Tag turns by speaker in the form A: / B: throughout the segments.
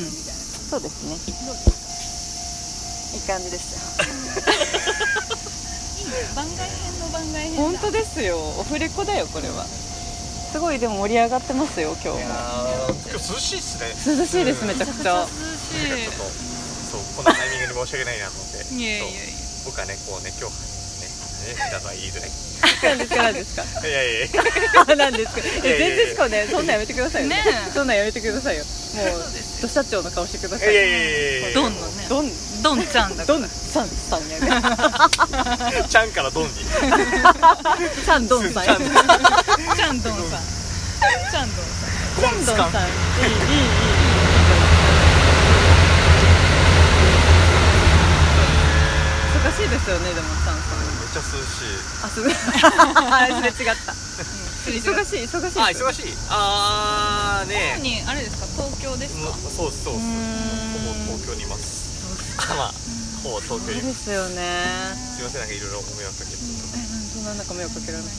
A: そうですねいい感じでし
B: いいね番外編の番外編
A: た本当
B: だ
A: ですよオフレコだよこれはすごいでも盛り上がってますよ今日も
C: 今日涼しいっすね
A: 涼しいですめ
C: うん
A: ちゃ
B: め
A: く
B: ち
A: ち
B: ゃ
A: ゃ
B: く
C: なん
B: ちゃ涼し
C: かちょっとそうこのタイミングに申し訳ないなと思って
B: いいやいやいや
C: そう僕はねこうね今日ねねだとは言いづらいい
A: なんですかなんですか
C: やいやいや
A: あなんですけど
C: いや
A: え
C: いやい
A: 全然し
C: や
A: かもねそんなんやめてくださいよ、
B: ねえ
A: そんなんやめてくださいよもう
B: そうです
A: 土社長の顔してくださ
C: い
A: い
C: やいやいやいや
B: ドンのね
A: どん
B: ドンちゃんだか
A: ど
B: ら
A: んさんさんやね
C: ちゃんからドンに
A: さんどんさん
C: ちゃん
A: ち
B: ちゃんどんさんちゃんどんさん
A: ゃんどんさんいいいいいい難しいですよねでもさんさん
C: めっちゃ涼しい
A: あす あすれ違った
B: すれ違
A: 忙しい忙しい
C: あ忙しいあーね
B: うにあれですか東京です
C: も
B: か
C: うそうっすそうっすほぼ東京にいますあまあほぼ東京
A: そう
C: にいま
A: ですすよね
C: すいませんなんかいろいろご迷惑かけて
A: そんな中目をかけられな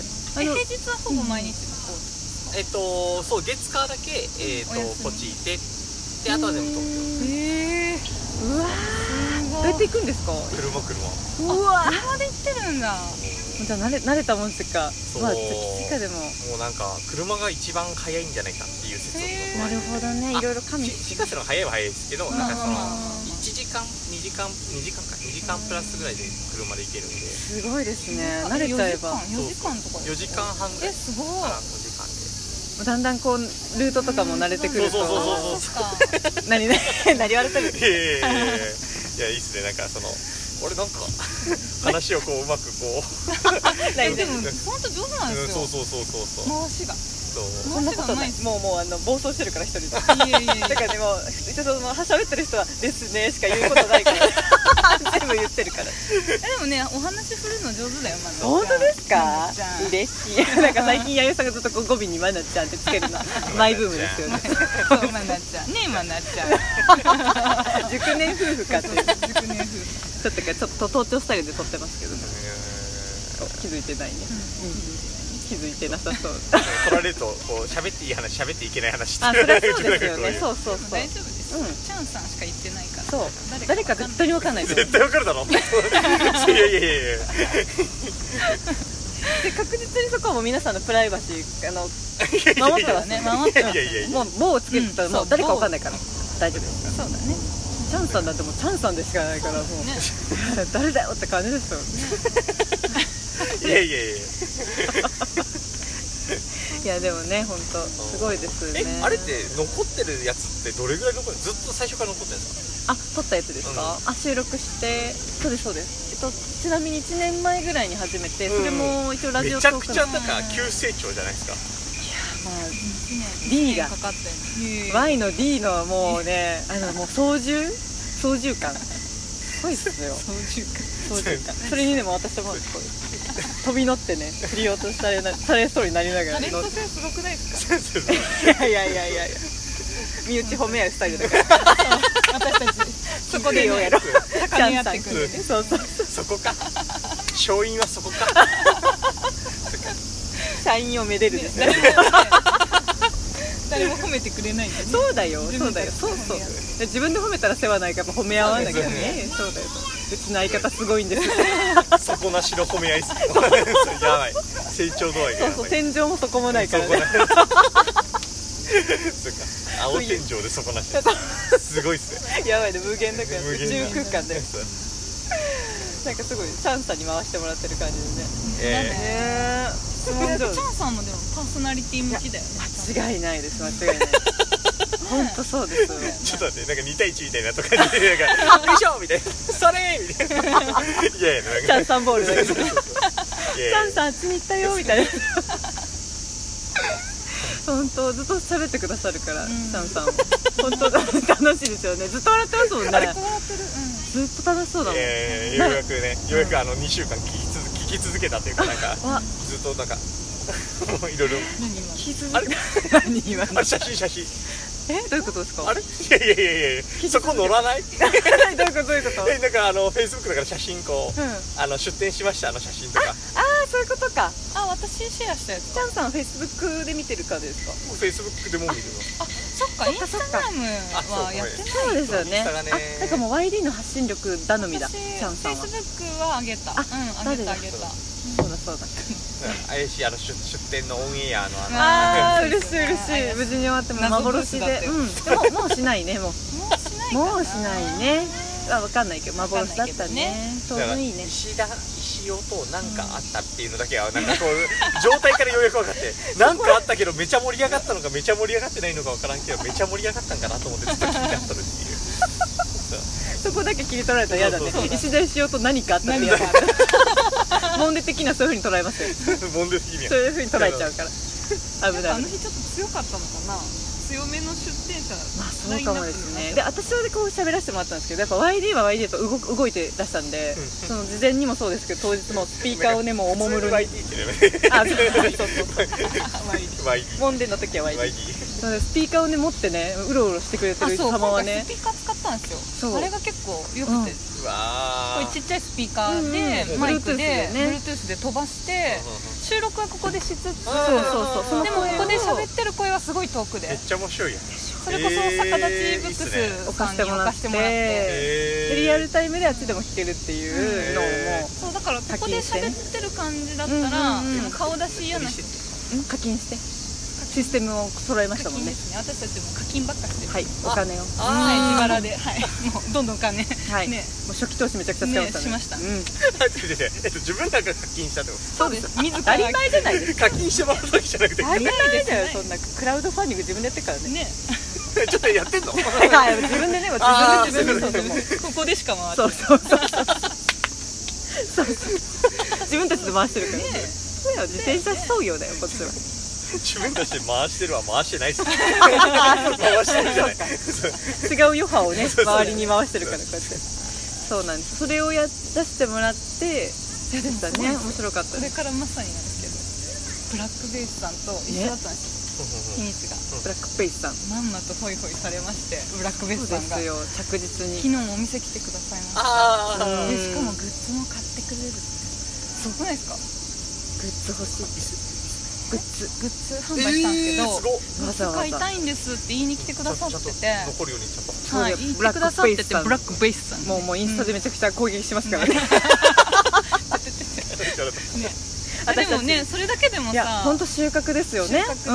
A: い
B: え平日はほぼ毎日こう
C: えっとそう月火だけえっ
B: お
C: と
B: 休み
C: こっちいてであとは全部東京
B: ええ
A: うわーどうやって行くんですか
C: 車車
A: うわ
B: 車で行ってるんだ
A: じゃあ慣れ慣れたもんですか
C: う
A: まあ時かでも
C: もうなんか車が一番早いんじゃないかっていう説を
B: へー
A: なるほどね
C: あ
A: いろいろ加味
C: し新幹線の方が早いは早いですけどなんかその
B: あ
C: 1時間2時間2時間か2時間プラスぐらいで車で行けるんです
A: ごいですね慣れちゃえば
B: 4時間とか
C: 4時間半ぐら
B: え
C: い
B: すごい
C: から5時間で
A: だんだんこうルートとかも慣れてくると
C: そうそうそうそう
A: 何 ね何言われて る
C: いやいやいやいやいや いいっすねなんかその俺なんか話をこううまくこ う
B: え
A: 何
B: でも本当上手なん
C: う
B: で
C: ん
B: す
C: そう
B: よ
C: そうそうそうそう
B: 回しが
C: そう
A: そんなことないもうもうあの暴走してるから一人でだ
B: いやいやいや
A: からねもう一応その喋ってる人は「ですね」しか言うことないから 全部言ってるから
B: えでもねお話振るの上手だよまな
A: 本当ですか
B: まなちゃん
A: 嬉しいなんか最近弥生さんがずっとこう語尾に「まなちゃん」ってつけるのマイブームですよね
B: そうまなちゃんねえまなちゃん
A: 熟年夫婦かっていう
B: 熟年夫婦
A: ちょっとかちょっと盗聴スタイルで撮ってますけどね
C: う
A: 気づいてないね、うん気づいてなさそう
C: ん取られるとこう喋っていい話喋っていけ ない話
A: あそれはそうですよね
C: う
A: そうそうそう
B: 大丈夫です
A: うん
B: チャンさんしか言ってないから
A: そう誰
B: 誰
A: か
B: か
A: 絶対に分かんないと思う
C: 絶対わかる だろいやいやいやいや
A: で確実にそこはもう皆さんのプライバシーあの守ってますね守ってます
C: いやいやいや
A: もう棒をつけてたら
B: うん
A: も
B: そうう
A: 誰か分かんないから大丈夫です
B: そうだね
A: チャンさんだってもうチャンさんでしかないからもう
B: ね
A: 誰だよって感じですよね
C: いやいやいやいや
A: いやでもね本当すごいですよ
C: え、
A: ね
C: あれって残ってるやつってどれぐらい残るずっと最初から残ってるんですか
A: あ撮ったやつですか、あ収録してそうですそうです、えっと、ちなみに1年前ぐらいに始めてそれも一応ラジオ
C: め
A: トー
C: ちゃ
A: クの
C: くちゃなんか急成長じゃないですか
A: まあ
B: 一年
A: D が
B: 一年かかったよね
A: Y の D のもうね、あのもう操縦操縦感。すごいっすよ。
B: 操縦か
A: 操縦 感。それにでも私もこう飛び乗ってね、振り落とされなされそうになりながら
B: タ
A: 乗
B: レ
A: っ
B: ン
A: て。
B: ト性すごくないです か
A: いやいやいやいやいや。身内褒め合うスタイルだから。
B: 私たちそこ
A: いい
B: で
A: よ
B: よ
A: や
B: や
A: ろ
B: ろ
A: う
B: 高め合っていくん
A: ちゃん
B: で
A: さんそうそうそう。
C: そこか勝因はそこか
A: 社員をめでるですね。
B: 誰も誰も褒めてくれないんだね
A: そうだよ、そうだよ、そうそう。自分で褒めたら世話ないから褒め合わなきゃね。そうだよ。うちの相方すごいんです。
C: 底なしの褒め合いっす やばい成長度合いが
A: そう
C: やばい
A: そう、天井も底もないからね。
C: そこないそうか青天井で底なしすごいっすね
A: やばいね、無限だから、
C: 無
A: 宇宙
C: 限だ
A: 空間だよ。
C: そう
A: なんかすごいチャンさんに回してもらってる感じですね。
C: え
A: ええ質問
B: チャンさんもでもパーソナリティ向きだよね
A: 間違いないです。間違い ない。本当そうですよね。
C: ーちょっと待ってなんか2対1みたいなとかで なんか「よいしょ!」みたいな「それ!」みたいないやいやなんか
A: チャンさんボールだけど。チ
C: いやいや
A: ャンさんあっちに行ったよみたいな。 本当ずっと喋ってくださるから、
B: ん
A: チャンさんも。本当楽しいですよね。ずっと笑ってますもんね。
B: 笑ってるう
A: ずっと楽しそうだもん。
C: えーようやくね、ようやくあの2週間聞き続聞き続けたというか、なん か、
A: わ、
C: ずっとなんか、もういろいろ、
B: ん何今
A: 気づ
C: あれ
A: いた。何今
C: あ
A: の
C: れ、写真、写真、
A: え、どういうことですか。
C: あれいやいやいやいや、そこ乗らない
A: れ、どういうこと、どういうこと。
C: えなんか、あの、フェイスブックだから写真、こう、
A: うん。あ
C: あの出店しました、あの写真とか、
A: あ、そういうことか。
B: あ私シェアしたやつ
A: チャンさん、フェイスブックで見てるかですか。
C: フェイスブックでも見るの。
B: あそっかインスタグラム
C: あそう
B: はやってない
A: そうですよ
C: イン
A: ね
C: スタがね
A: あだからもう YD の発信力頼みだ
B: 私
A: チャ
B: フ
A: ンさ
B: ェ
A: ん
B: イ
A: は
B: スブックは上げたうん上げた上げた
A: そうだそうだ
C: 怪しいあの出出店のオンエアのあの
A: あ
B: あ
A: あ
B: ー
A: 嬉しい嬉しい無事に終わっても幻
B: 謎ブースだっ
A: で
B: たよ
A: うんでももうしないねもう
B: もうしないかな
A: もうしないねあ分かんないけど幻だったね当
C: だから
A: 分いいね
C: 石田石尾となんかあったっていうのだけはなんかこう状態からようやく分かってなんかあったけどめちゃ盛り上がったのかめちゃ盛り上がってないのか分からんけどめちゃ盛り上がったんかなと思ってずっと気になっとるっていうそう
A: そこだけ切り取られたら嫌だね
C: そうそう
B: そう
A: 石田石尾と何かあったって
B: 何
A: 嫌
B: が
A: だ
B: ある
A: モンデ的にはそういうふうに捉えますよ
C: ボンデス意味
A: そういうふうに捉えちゃ うから危ない
B: あの日ちょっと強かったのかな強めの出店者
A: まあそうかもですねで私はでこう喋らせてもらったんですけどやっぱ YD は YD でと動く動いて出したんで
C: うん
A: その事前にもそうですけど当日もスピーカーをねもうおもむ ろにあ
C: YD って言うよね
A: そうそうそうそうモ
C: YD
A: ンデの時は YD
C: YD
A: なのでスピーカーをね持ってねうろうろしてくれて
B: あ
A: る
B: そう
A: 様
B: 今
A: は
B: 回
A: ね
B: スピーカー使ったんです
A: そう
B: よあれが結構良
A: うん
B: くて
C: う
B: こう
C: わ
B: いう
C: ー
B: ちっちゃいスピーカー
A: うんう
B: で
A: ん
B: マイクで
A: Bluetooth でね
B: Bluetooth で飛ばして収録はここでしつつでも
A: そうそうそうその
B: こ
A: 声を
B: こで喋ってる声はすごい遠く
C: め
B: で
C: っちゃ面白いやん
B: それこそ逆立ちブックスさんにお貸してもら
A: い
B: っ
A: いっすねで
B: て
A: リアルタイムであっちでも弾けるっていうの
C: へ
A: を
B: そうだからここで喋ってる感じだったら
A: うんうんうん
B: もう顔出し嫌な人
A: もう課金してシステムを揃えました
B: 課
A: もんね
B: 金ですね私たちも課金ばっかしてる
A: はいお金を
B: はい自
C: あ
B: 腹ではいもうどんどんお金
A: はいもう
B: ね
A: 初期投資めちゃくちゃ使いましたね
B: ねしまし
A: う
B: た
A: ん
C: 違う違う違うえっと自分らが課金したってこ
B: そうです自
A: 当たり
B: ら
A: 前じゃない
C: と課金してもらったわけじゃなくて
A: 当たり前だよ
B: で
A: そ
B: す
A: んなクラウドファンディング自分でやってるからね
B: ね
C: ちょっとやってんの
A: はい 自分でね
C: あー
A: 自分で自分でそう
B: ここでしか回って
A: そう
B: ない
A: そうそうそうそうそう自分たちで回してるからねそうよ自転車操業だよこっちは
C: 自分たちで回してるは回してないっす回
A: あ
C: してるじゃない
A: 違う余波をね周りに回してるからこうやってそうなんですそれをや出してもらってやでしたね面白かった
B: こ
A: で
B: れ
A: す
B: からまさになんですけどブラックベースさんと一緒だったんです日にちが
A: ブラックペイスさんそ
B: まんまとホイホイされましてブラックベー
A: う
B: スさ
A: で
B: んが
A: すよ着実
B: 昨
A: に
B: 日もお店来てくださいま
C: あ
B: し
A: うん
B: たでしかもグッズも買ってくれるってすごくないですか
A: グッズ欲しいですグッズ
B: グッズ
C: ー
B: 販売したんですけど、
C: すごっ
B: グッズ買いたいんですって言いに来てくださってて
C: ちゃんと残るようにちゃんと
A: ゃんと
B: はい、言ってくださってて
A: ブ
B: ブ
A: ラ
B: ラックベースさん
A: もうもうインスタでめちゃくちゃ攻撃しますからね
B: あでもねそれだけでも
A: いや
B: さ
A: 本当収穫ですよね
B: 収穫ですよ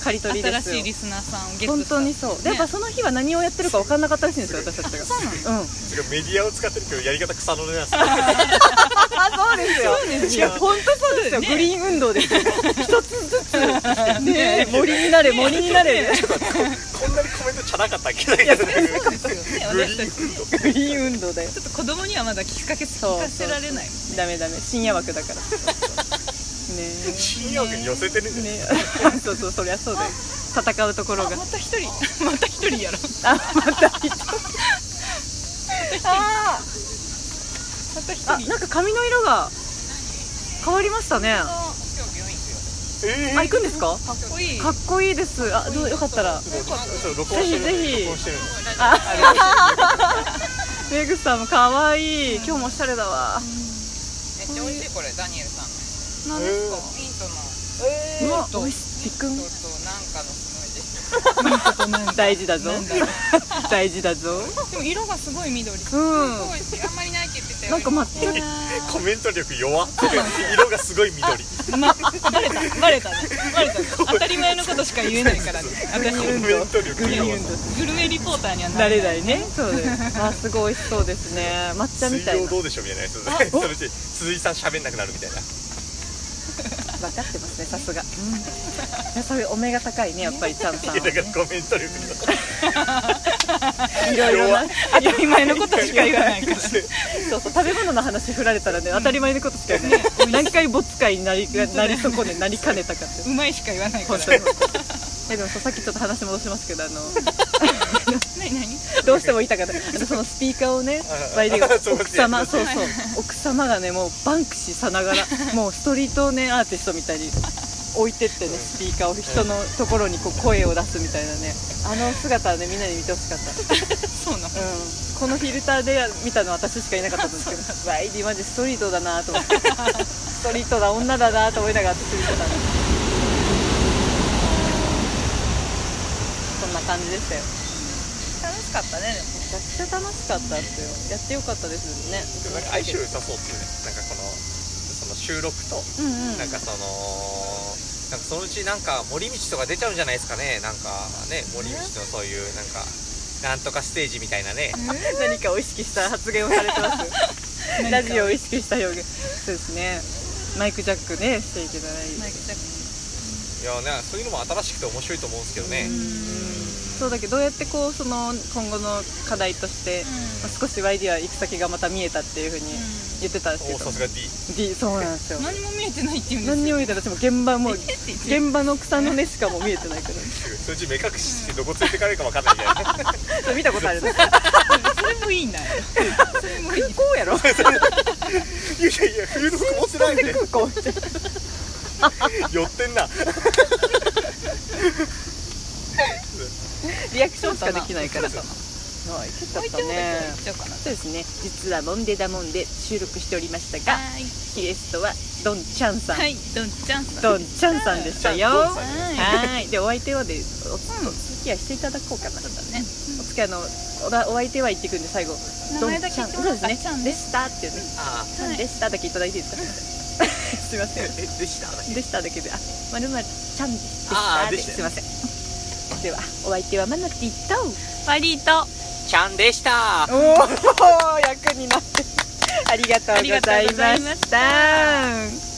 A: うん、刈り取りで
B: 新
A: すよ
B: しいリスナーさんをゲット
A: 本
B: した
A: 当にそう、でやっぱその日は何をやってるか分かんなかったらしいんですよ私たちが
B: そうなの
A: うん
C: すごいメディアを使ってるけどやり方草の根なんです
A: あそうですよ
B: です
A: いや本当そうですよ、
B: ね
A: グリーン運動です よ一つずつね森になれ森になれ、
C: こんなにコメントちゃなかったっけない や
B: そうですよね
C: グリ
B: 私たち
C: ーンと
A: グリーン運動だよ
B: ちょっと子供にはまだ聞かけ聞かせられない
A: ダメダメ深夜枠だ からね
C: 新薬に寄せてるんじ
A: え
C: ゃない
A: ねえ そうそうそりゃそうだよ戦うところが
B: あまた一人また一人やろう
A: あまた一人あ
B: また一
A: ーあ
B: 人
A: なんか髪の色が変わりましたねあ
C: え
A: 行くんですか
B: かっこいい
A: かっこいいですあどうよかったら
C: そう録音してる
A: ぜひぜひ
C: 録音してる
A: メグさんも可愛い今日もおしゃれだわ
D: めっちゃ美味しいこれダニエルさんの
B: なん
C: え
B: ですか
D: ミントのミ
A: うわ美味しいピクン
D: ントとなんかのスムージー
A: 大事だぞ
B: なんだろう
A: 大事だぞ
B: でも色がすごい
A: う
B: 緑
A: ん
D: すごい美味しいあんまりないって言ってたよ
A: なんか 抹茶
C: コメント力弱色がすごい緑
B: ま、バレたバレたねバレたね当たり前のことしか言えないからね私
C: コ
B: グ
C: メント力
A: グリ
C: 弱
A: ーンと
B: ルメリポーターには
A: な
B: な
A: れ
B: れ
A: な
B: ない
A: いねそうですあすごい美味しそうですね抹茶み
C: 水
A: たい
C: 曜
A: な分
C: どうでしょうみたいなやつでそのうち鈴井さん喋んなくなるみたいな
A: かってますねさすがうんいやそれお目が高いねやっぱりちゃんさん
C: いやだ
A: は
C: か
A: ね
C: らコメント力と か
A: いろいろな
B: 当たり前のことしか言わないから
A: そうそう食べ物の話振られたらね当たり前のことしか言えない何回ボツ会になりなり損ねなりかねたかって
B: うまいしか言わないか
A: 本
B: ら
A: 当にえでもそうさっきちょっと話戻しますけどあの
B: 何何
A: どうしても言いたかったあのそのスピーカーをね
C: あ
A: ワイディが
C: そう
A: 奥様
C: そ
A: そうそう奥様がねもうバンクシーさな がらもうストリートねアーティストみたいに置いてってねスピーカーを人のところにこう声を出すみたいなねあの姿はねみんなに見てほしかった、
B: そう
A: う
B: なの
A: ん、このフィルターで見たのは私しかいなかったんです けどワイディマジストリートだなと思ってストリートだ女だなと思いながら私見てたんですそんな感感じでしたよ
D: 楽しかったねでも
A: めちゃくちゃ楽しかったですよやってよかったですよね
C: でもなんか相性良さそうっていうねなんかこのその収録と
A: うんうん
C: なんかそのなんかそのうちなんか森道とか出ちゃうんじゃないですかねなんかね森道のそういうなんかなんとかステージみたいなね
A: 何かを意識した発言をされてます ラジオを意識した表現そうですねマイクジャックねしちゃいけない
B: イクジャック
C: いやねそういうのも新しくて面白いと思うんですけどね
A: そうだけどどうやってこうその今後の課題として、まあ少し YD は行く先がまた見えたっていうふうに言ってたんですけ
C: お
A: ど、
C: さすが D
A: D そうなんですよ
B: 何も見えてないっていうんです
A: 何にも見えてない私も現場 もう
B: えって言って
A: 現場の草の根しかもう見えてないから
C: そのうち目隠ししてどこついてかれるかわかんないみたい な
A: そう見たことあるね
B: それもいいんだよそれもいい
A: 空港やろ
C: いやいやいや冬の服持ってないん で
A: 空港みたいな
C: 寄って んな
A: リアクションしかできないから
C: そう
A: はいいけちゃっ
B: 置い
A: た
B: ておいて
A: ね
B: 行っちゃおうかな
A: そうですね実はモンデダモンで収録しておりましたが
B: はい
A: ゲストはドンちゃんさん、
B: はいどんちゃんさ
A: ドン
B: ん
A: ちゃんさんでしたよ
C: ちゃん
A: は
C: さん
B: はい
A: ーいでお相手はでお,、お付き合いしていただこうかな
B: そうだね
A: お付き合いのおだお相手は言ってくんで最後
B: 名
A: ドン
B: 前だけ
A: ちゃん
B: 言
A: そ
B: っても
A: う
B: ら
A: で
B: っ
A: すね
B: たちゃん
A: で
B: です
A: したっていうね
C: あ
A: ちゃんでしただけいただいていいですか すいません
C: あえでしただけ
A: でしただけであまるまるちゃんでした
C: あーでした
A: すいませんではお相手はマナティと
B: パリーと
C: ちゃんでした
A: おお役になってありがとうございました。